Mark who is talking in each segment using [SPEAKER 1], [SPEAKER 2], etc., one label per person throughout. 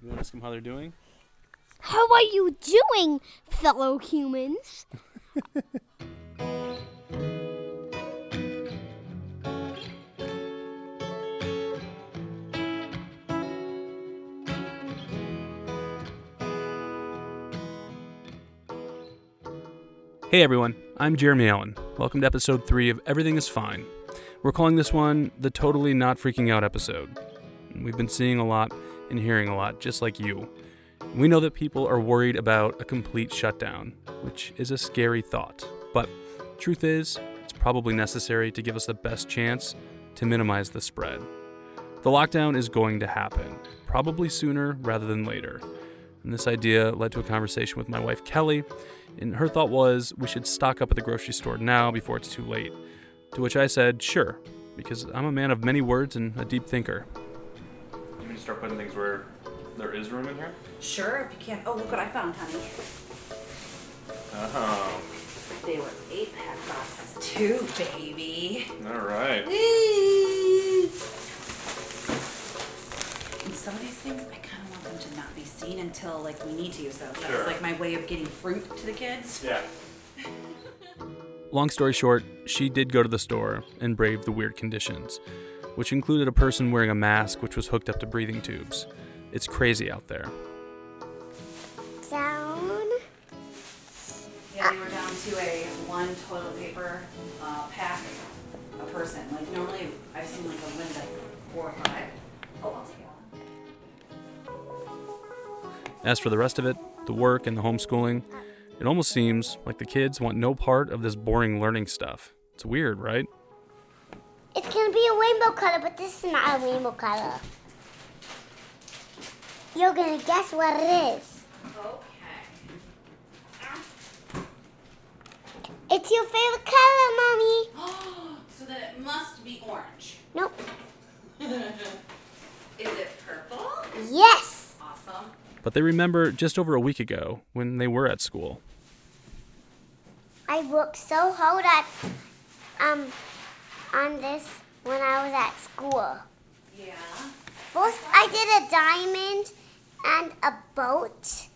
[SPEAKER 1] You want to ask them how they're doing?
[SPEAKER 2] How are you doing, fellow humans?
[SPEAKER 1] Hey everyone, I'm Jeremy Allen. Welcome to episode 3 of Everything is Fine. We're calling this one the Totally Not Freaking Out episode. We've been seeing a lot and hearing a lot, just like you. We know that people are worried about a complete shutdown, which is a scary thought. But truth is, it's probably necessary to give us the best chance to minimize the spread. The lockdown is going to happen, probably sooner rather than later. And this idea led to a conversation with my wife Kelly, and her thought was we should stock up at the grocery store now before it's too late. To which I said, sure, because I'm a man of many words and a deep thinker. You can start putting things where there is room in here?
[SPEAKER 3] Sure, if you can. Oh, look what I found, honey.
[SPEAKER 1] Oh,
[SPEAKER 3] They were eight pack boxes too, baby.
[SPEAKER 1] all right.
[SPEAKER 3] Woo! And some of these things, I kind of want them to not be seen until like we need to use those. That
[SPEAKER 1] Sure.
[SPEAKER 3] was like my way of getting fruit to the kids.
[SPEAKER 1] Yeah. Long story short, she did go to the store and brave the weird conditions, which included a person wearing a mask which was hooked up to breathing tubes. It's crazy out there.
[SPEAKER 2] Down.
[SPEAKER 3] Yeah, we were down to a one toilet paper uh, pack a person. Like normally, I've seen like a limit of four or five. Oh, I'll take one.
[SPEAKER 1] As for the rest of it, the work and the homeschooling, it almost seems like the kids want no part of this boring learning stuff. It's weird, right?
[SPEAKER 2] It's gonna be a rainbow color, but this is not a rainbow color. You're gonna guess what it is.
[SPEAKER 3] Okay.
[SPEAKER 2] It's your favorite color, mommy.
[SPEAKER 3] so then it must be orange.
[SPEAKER 2] Nope.
[SPEAKER 3] Is it purple?
[SPEAKER 2] Yes.
[SPEAKER 3] Awesome.
[SPEAKER 1] But they remember just over a week ago when they were at school.
[SPEAKER 2] I worked so hard at um on this when I was at school.
[SPEAKER 3] Yeah.
[SPEAKER 2] First, I did a diamond and a boat,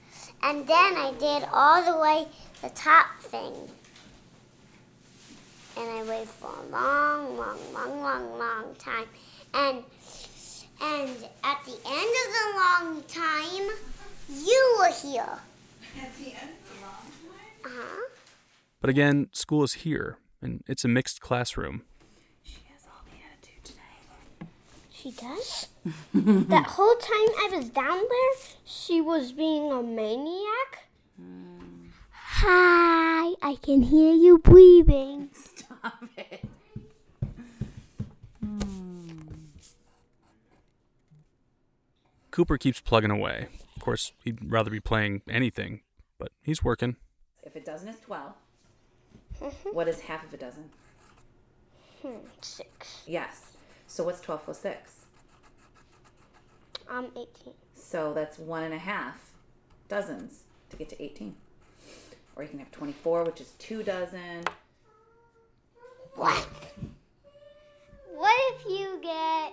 [SPEAKER 2] and then I did all the way the top thing. And I waited for a long, long, long, long, long time. And and at the end of the long time, you were here.
[SPEAKER 3] At the end of the long time?
[SPEAKER 2] Uh huh.
[SPEAKER 1] But again, school is here, and it's a mixed classroom.
[SPEAKER 3] She has all the attitude today.
[SPEAKER 2] She does? that whole time I was down there, she was being a maniac. Hi, I can hear you breathing.
[SPEAKER 3] Stop it.
[SPEAKER 1] Cooper keeps plugging away. Of course, he'd rather be playing anything, but he's working.
[SPEAKER 3] If it doesn't, it's 12. what is half of a dozen?
[SPEAKER 2] Hmm, Six.
[SPEAKER 3] Yes. So what's 12 plus 6?
[SPEAKER 2] I'm 18.
[SPEAKER 3] So that's one and a half dozens to get to 18. Or you can have 24, which is two dozen.
[SPEAKER 2] What? What if you get.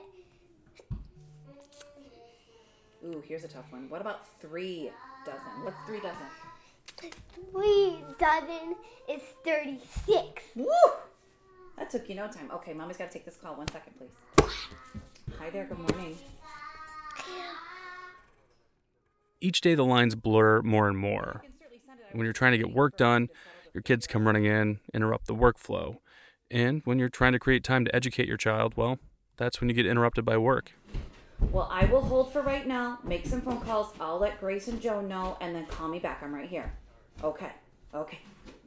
[SPEAKER 3] Ooh, here's a tough one. What about three dozen? What's three dozen?
[SPEAKER 2] Three dozen is 36.
[SPEAKER 3] Woo! That took you no time. Okay, mommy's got to take this call. One second, please. Hi there. Good morning.
[SPEAKER 1] Each day, the lines blur more and more. When you're trying to get work done, your kids come running in, interrupt the workflow. And when you're trying to create time to educate your child, well, that's when you get interrupted by work.
[SPEAKER 3] Well, I will hold for right now. Make some phone calls. I'll let Grace and Joe know, and then call me back. I'm right here. Okay. Okay.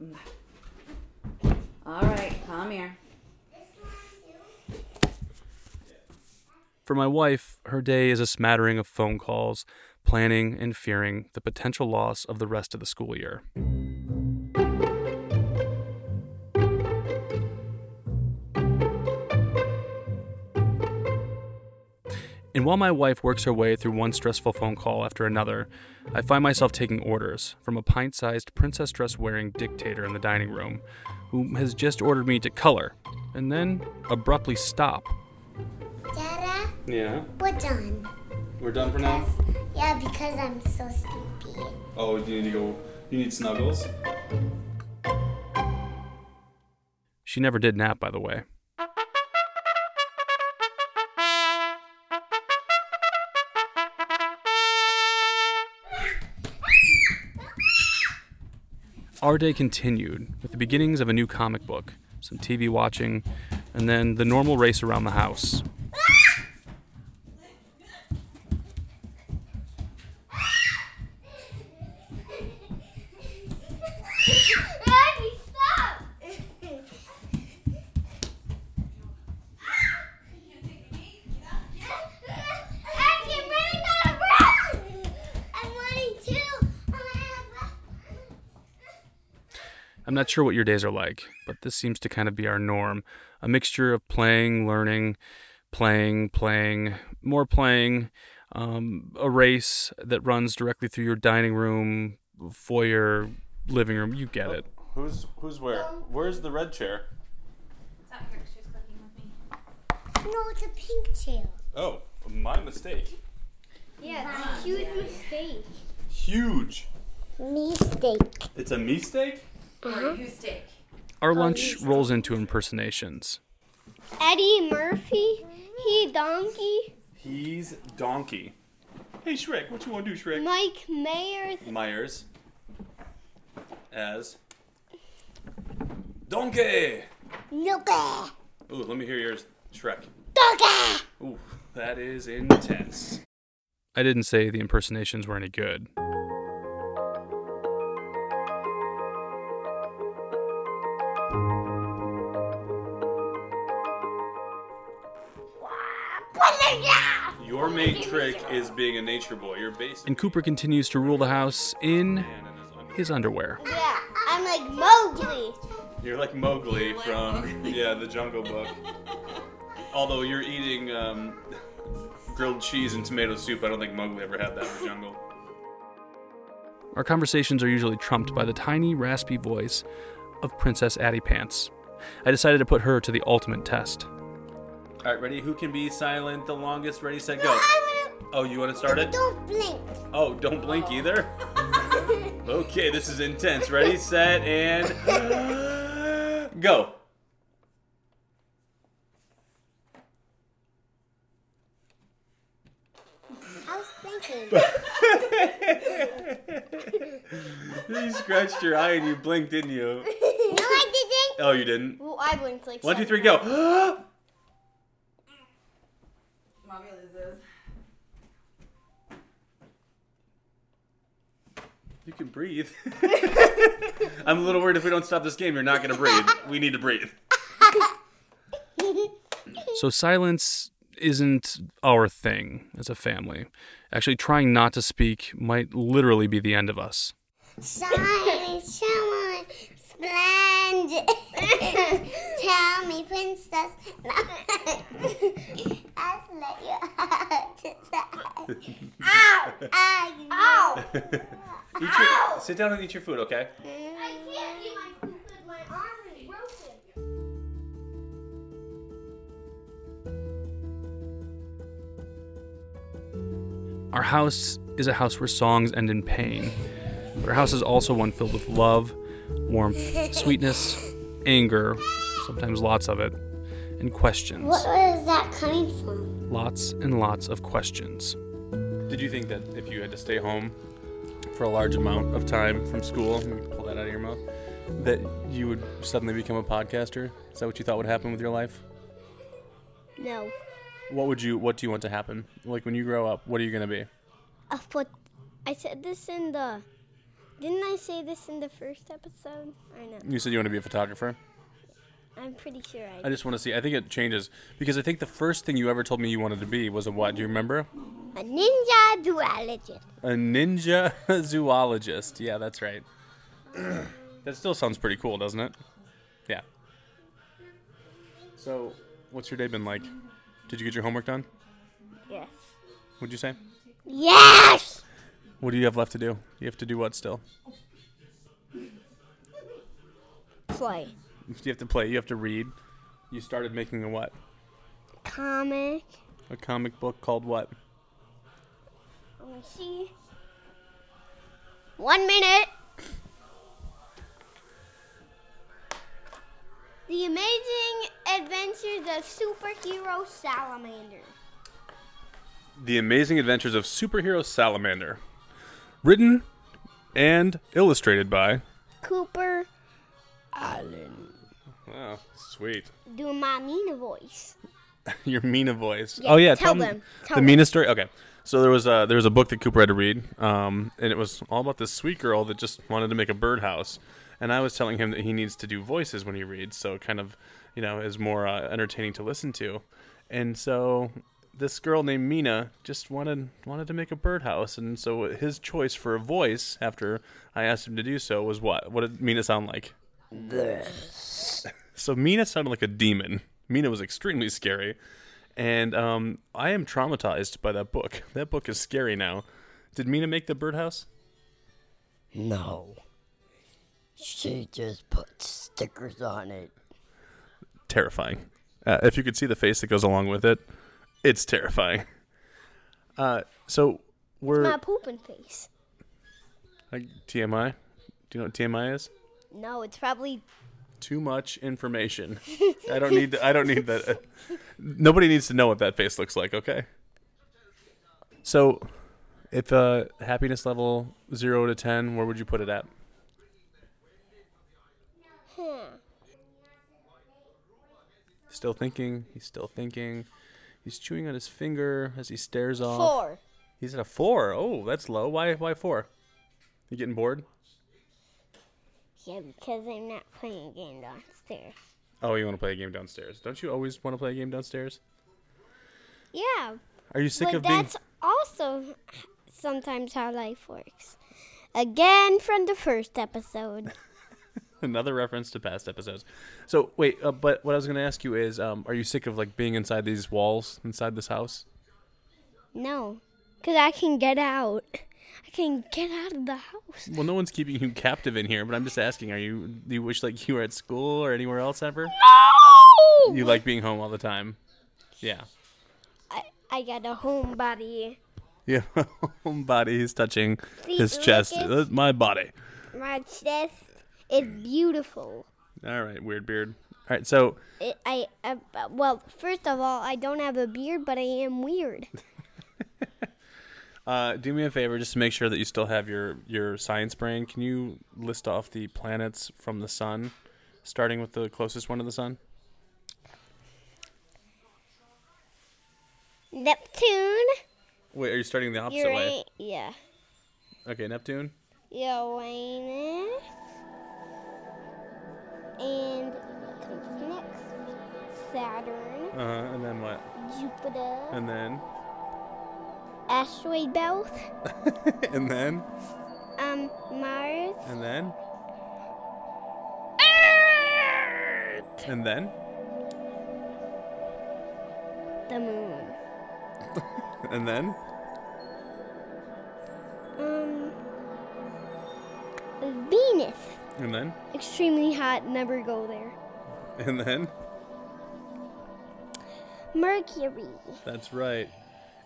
[SPEAKER 3] Mm. All right. Come here.
[SPEAKER 1] For my wife, her day is a smattering of phone calls, planning and fearing the potential loss of the rest of the school year. And while my wife works her way through one stressful phone call after another, I find myself taking orders from a pint sized princess dress wearing dictator in the dining room who has just ordered me to color and then abruptly stop.
[SPEAKER 2] Dada,
[SPEAKER 1] Yeah,
[SPEAKER 2] we're done.
[SPEAKER 1] we're done for
[SPEAKER 2] Because Yeah, because I'm so sleepy.
[SPEAKER 1] Oh, you need to go. You need snuggles. She never did nap, by the way. Our day continued with the beginnings of a new comic book, some TV watching, and then the normal race around the house.
[SPEAKER 2] Daddy, stop! I'm getting really out of breath! I'm running too! I'm out of breath!
[SPEAKER 1] I'm not sure what your days are like, but this seems to kind of be our norm a mixture of playing, learning, playing, playing, more playing, um, a race that runs directly through your dining room, foyer, living room. You get it.
[SPEAKER 4] Who's who's where? Where's the red chair?
[SPEAKER 2] No, it's a pink tail.
[SPEAKER 4] Oh, my mistake.
[SPEAKER 5] Yeah, it's a huge mistake.
[SPEAKER 4] Huge.
[SPEAKER 2] Mistake.
[SPEAKER 4] It's a mistake.
[SPEAKER 3] You stick.
[SPEAKER 1] Our lunch rolls into impersonations.
[SPEAKER 5] Eddie Murphy, he donkey.
[SPEAKER 4] He's donkey. Hey Shrek, what you want to do, Shrek?
[SPEAKER 5] Mike Mayer,
[SPEAKER 4] Myers. As. Donkey.
[SPEAKER 2] Nooka!
[SPEAKER 4] Ooh, let me hear yours, Shrek.
[SPEAKER 2] Dooka!
[SPEAKER 4] Ooh, that is intense.
[SPEAKER 1] I didn't say the impersonations were any good.
[SPEAKER 4] Your main trick is being a nature boy. You're basically.
[SPEAKER 1] And Cooper continues to rule the house in
[SPEAKER 4] man in his
[SPEAKER 1] his underwear.
[SPEAKER 4] underwear.
[SPEAKER 5] yeah, I'm like Mowgli.
[SPEAKER 4] You're like Mowgli from yeah the Jungle Book. Although you're eating um, grilled cheese and tomato soup, I don't think Mowgli ever had that in the jungle.
[SPEAKER 1] Our conversations are usually trumped by the tiny, raspy voice of Princess Addie Pants. I decided to put her to the ultimate test.
[SPEAKER 4] All right, ready? Who can be silent the longest? Ready, set, go.
[SPEAKER 2] I'm gonna.
[SPEAKER 4] Oh, you want to start it?
[SPEAKER 2] Don't blink.
[SPEAKER 4] Oh, don't blink either. Okay, this is intense. Ready, set, and go.
[SPEAKER 2] I was thinking.
[SPEAKER 4] You scratched your eye and you blinked, didn't you?
[SPEAKER 2] no, I didn't.
[SPEAKER 4] Oh, you didn't.
[SPEAKER 5] Well, I blinked like
[SPEAKER 4] One, two,
[SPEAKER 5] seven
[SPEAKER 4] three, go.
[SPEAKER 3] Mommy loses.
[SPEAKER 4] You can breathe. I'm a little worried if we don't stop this game, you're not going to breathe. We need to breathe.
[SPEAKER 1] So, silence isn't our thing as a family. Actually, trying not to speak might literally be the end of us.
[SPEAKER 2] Shine, shine, splendid. Tell me, princess. I let you out to die. Ow! I Ow!
[SPEAKER 4] Eat your, sit down and eat your food, okay?
[SPEAKER 2] I can't eat my food because my arm is broken.
[SPEAKER 1] Our house is a house where songs end in pain, but our house is also one filled with love, warmth, sweetness, anger, sometimes lots of it, and questions.
[SPEAKER 2] What was that coming from?
[SPEAKER 1] Lots and lots of questions.
[SPEAKER 4] Did you think that if you had to stay home for a large amount of time from school, let me pull that out of your mouth, that you would suddenly become a podcaster? Is that what you thought would happen with your life?
[SPEAKER 5] No,
[SPEAKER 4] What would you, what do you want to happen? Like when you grow up, what are you going to be?
[SPEAKER 5] a foot. I said this in the. Didn't I say this in the first episode? I know.
[SPEAKER 4] You said you want to be a photographer?
[SPEAKER 5] I'm pretty sure I.
[SPEAKER 4] I just want to see. I think it changes because I think the first thing you ever told me you wanted to be was a what? Do you remember?
[SPEAKER 2] A ninja duologist.
[SPEAKER 4] A ninja zoologist. Yeah, that's right. that still sounds pretty cool, doesn't it? Yeah. So, what's your day been like? Did you get your homework done?
[SPEAKER 5] Yes.
[SPEAKER 4] Would you say?
[SPEAKER 2] Yes!
[SPEAKER 4] What do you have left to do? You have to do what still?
[SPEAKER 5] Play.
[SPEAKER 4] You have to play. You have to read. You started making a what?
[SPEAKER 5] Comic.
[SPEAKER 4] A comic book called what?
[SPEAKER 5] Oh,
[SPEAKER 2] Let me see.
[SPEAKER 6] One minute.
[SPEAKER 2] The Amazing Adventures of Superhero Salamander.
[SPEAKER 4] The Amazing Adventures of Superhero Salamander. Written and illustrated by.
[SPEAKER 2] Cooper Allen.
[SPEAKER 4] Oh, sweet.
[SPEAKER 2] Do my Mina voice.
[SPEAKER 4] Your Mina voice.
[SPEAKER 2] Yeah,
[SPEAKER 4] oh yeah,
[SPEAKER 2] tell
[SPEAKER 4] 'em
[SPEAKER 2] them, tell
[SPEAKER 4] the
[SPEAKER 2] them.
[SPEAKER 4] Mina story. Okay, so there was a there was a book that Cooper had to read, um, and it was all about this sweet girl that just wanted to make a birdhouse. And I was telling him that he needs to do voices when he reads, so it kind of you know is more uh, entertaining to listen to. And so this girl named Mina just wanted wanted to make a birdhouse, and so his choice for a voice after I asked him to do so was what? What did Mina sound like? So Mina sounded like a demon. Mina was extremely scary, and um, I am traumatized by that book. That book is scary now. Did Mina make the birdhouse?
[SPEAKER 7] No. She just put stickers on it.
[SPEAKER 4] Terrifying. Uh, if you could see the face that goes along with it, it's terrifying. Uh, so we're
[SPEAKER 2] My pooping face.
[SPEAKER 4] like TMI. Do you know what TMI is?
[SPEAKER 2] No, it's probably
[SPEAKER 4] Too much information. I don't need. I don't need that. Nobody needs to know what that face looks like. Okay. So, if uh, happiness level zero to ten, where would you put it at? Still thinking. He's still thinking. He's chewing on his finger as he stares off.
[SPEAKER 2] four.
[SPEAKER 4] He's at a four. Oh, that's low. Why? Why four? You getting bored?
[SPEAKER 2] Yeah, because I'm not playing a game downstairs.
[SPEAKER 4] Oh, you want to play a game downstairs? Don't you always want to play a game downstairs?
[SPEAKER 2] Yeah,
[SPEAKER 4] Are you sick
[SPEAKER 2] but
[SPEAKER 4] of being?
[SPEAKER 2] that's also sometimes how life works. Again, from the first episode.
[SPEAKER 4] Another reference to past episodes. So wait, uh, but what I was going to ask you is, um, are you sick of like being inside these walls, inside this house?
[SPEAKER 2] No, because I can get out. I can get out of the house.
[SPEAKER 4] Well, no one's keeping you captive in here, but I'm just asking, are you? Do you wish like you were at school or anywhere else ever?
[SPEAKER 2] No!
[SPEAKER 4] You like being home all the time? Yeah.
[SPEAKER 2] I, I got a homebody.
[SPEAKER 4] Yeah. Homebody, he's touching his
[SPEAKER 2] See,
[SPEAKER 4] chest.
[SPEAKER 2] Lucas?
[SPEAKER 4] That's my body.
[SPEAKER 2] My chest is beautiful.
[SPEAKER 4] All right, weird beard. All right, so
[SPEAKER 2] It, I, I well, first of all, I don't have a beard, but I am weird.
[SPEAKER 4] Uh, do me a favor, just to make sure that you still have your your science brain. Can you list off the planets from the sun, starting with the closest one to the sun?
[SPEAKER 2] Neptune.
[SPEAKER 4] Wait, are you starting the opposite way?
[SPEAKER 2] Uranus. Yeah.
[SPEAKER 4] Okay, Neptune.
[SPEAKER 2] Uranus. And what comes next? Saturn,
[SPEAKER 4] Uh huh. And then what?
[SPEAKER 2] Jupiter,
[SPEAKER 4] And then.
[SPEAKER 2] asteroid belt,
[SPEAKER 4] and then.
[SPEAKER 2] um, Mars,
[SPEAKER 4] And then. And then.
[SPEAKER 2] the moon.
[SPEAKER 4] And then.
[SPEAKER 2] Um, Venus.
[SPEAKER 4] And then.
[SPEAKER 2] Extremely hot. Never go there.
[SPEAKER 4] And then.
[SPEAKER 2] Mercury.
[SPEAKER 4] That's right.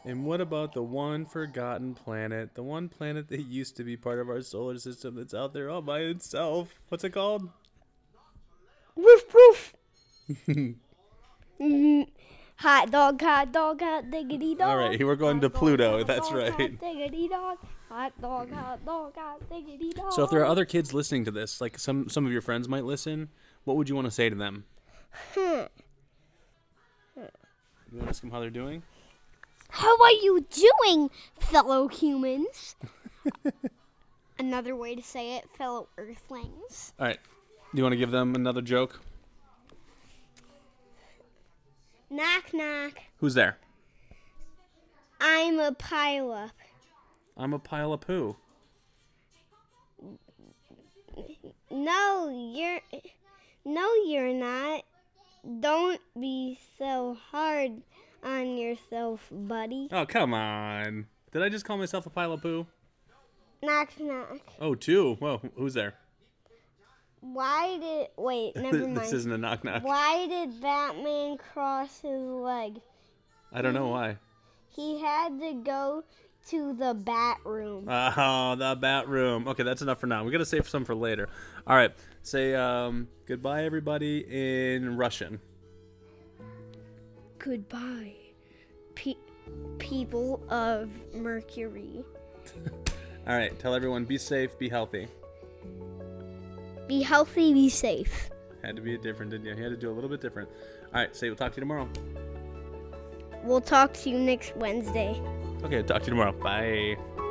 [SPEAKER 4] And what about the one forgotten planet? The one planet that used to be part of our solar system that's out there all by itself. What's it called?
[SPEAKER 2] Woof woof. mm, hot dog, hot dog, hot diggity dog.
[SPEAKER 4] All right, here we're going to
[SPEAKER 2] Hot dog,
[SPEAKER 4] Pluto.
[SPEAKER 2] hot
[SPEAKER 4] That's
[SPEAKER 2] dog, hot
[SPEAKER 4] right.
[SPEAKER 2] diggity dog. Hot dog, hot dog, hot diggity dog.
[SPEAKER 4] So if there are other kids listening to this, like some some of your friends might listen, what would you want to say to them? Hmm. You want to ask them how they're doing?
[SPEAKER 2] How are you doing, fellow humans? Another way to say it, fellow earthlings.
[SPEAKER 4] All right. Do you want to give them another joke?
[SPEAKER 2] Knock, knock.
[SPEAKER 4] Who's there?
[SPEAKER 2] I'm a pileup.
[SPEAKER 4] I'm a pile of poo.
[SPEAKER 2] No, you're No, you're not. Don't be so hard on yourself, buddy.
[SPEAKER 4] Oh, come on. Did I just call myself a pile of poo?
[SPEAKER 2] Knock knock.
[SPEAKER 4] Oh, two. Whoa, who's there?
[SPEAKER 2] Why did wait, never
[SPEAKER 4] this
[SPEAKER 2] mind.
[SPEAKER 4] isn't a knock knock.
[SPEAKER 2] Why did Batman cross his leg?
[SPEAKER 4] I don't know why.
[SPEAKER 2] He had to go to the bat room.
[SPEAKER 4] Oh, the bat room. Okay, that's enough for now. We gotta save some for later. All right, say um, goodbye, everybody, in Russian.
[SPEAKER 2] Goodbye, pe- people of Mercury.
[SPEAKER 4] All right, tell everyone be safe, be healthy.
[SPEAKER 2] Be healthy, be safe.
[SPEAKER 4] Had to be different, didn't you? He had to do a little bit different. All right, say we'll talk to you tomorrow.
[SPEAKER 2] We'll talk to you next Wednesday.
[SPEAKER 4] Okay, talk to you tomorrow. Bye.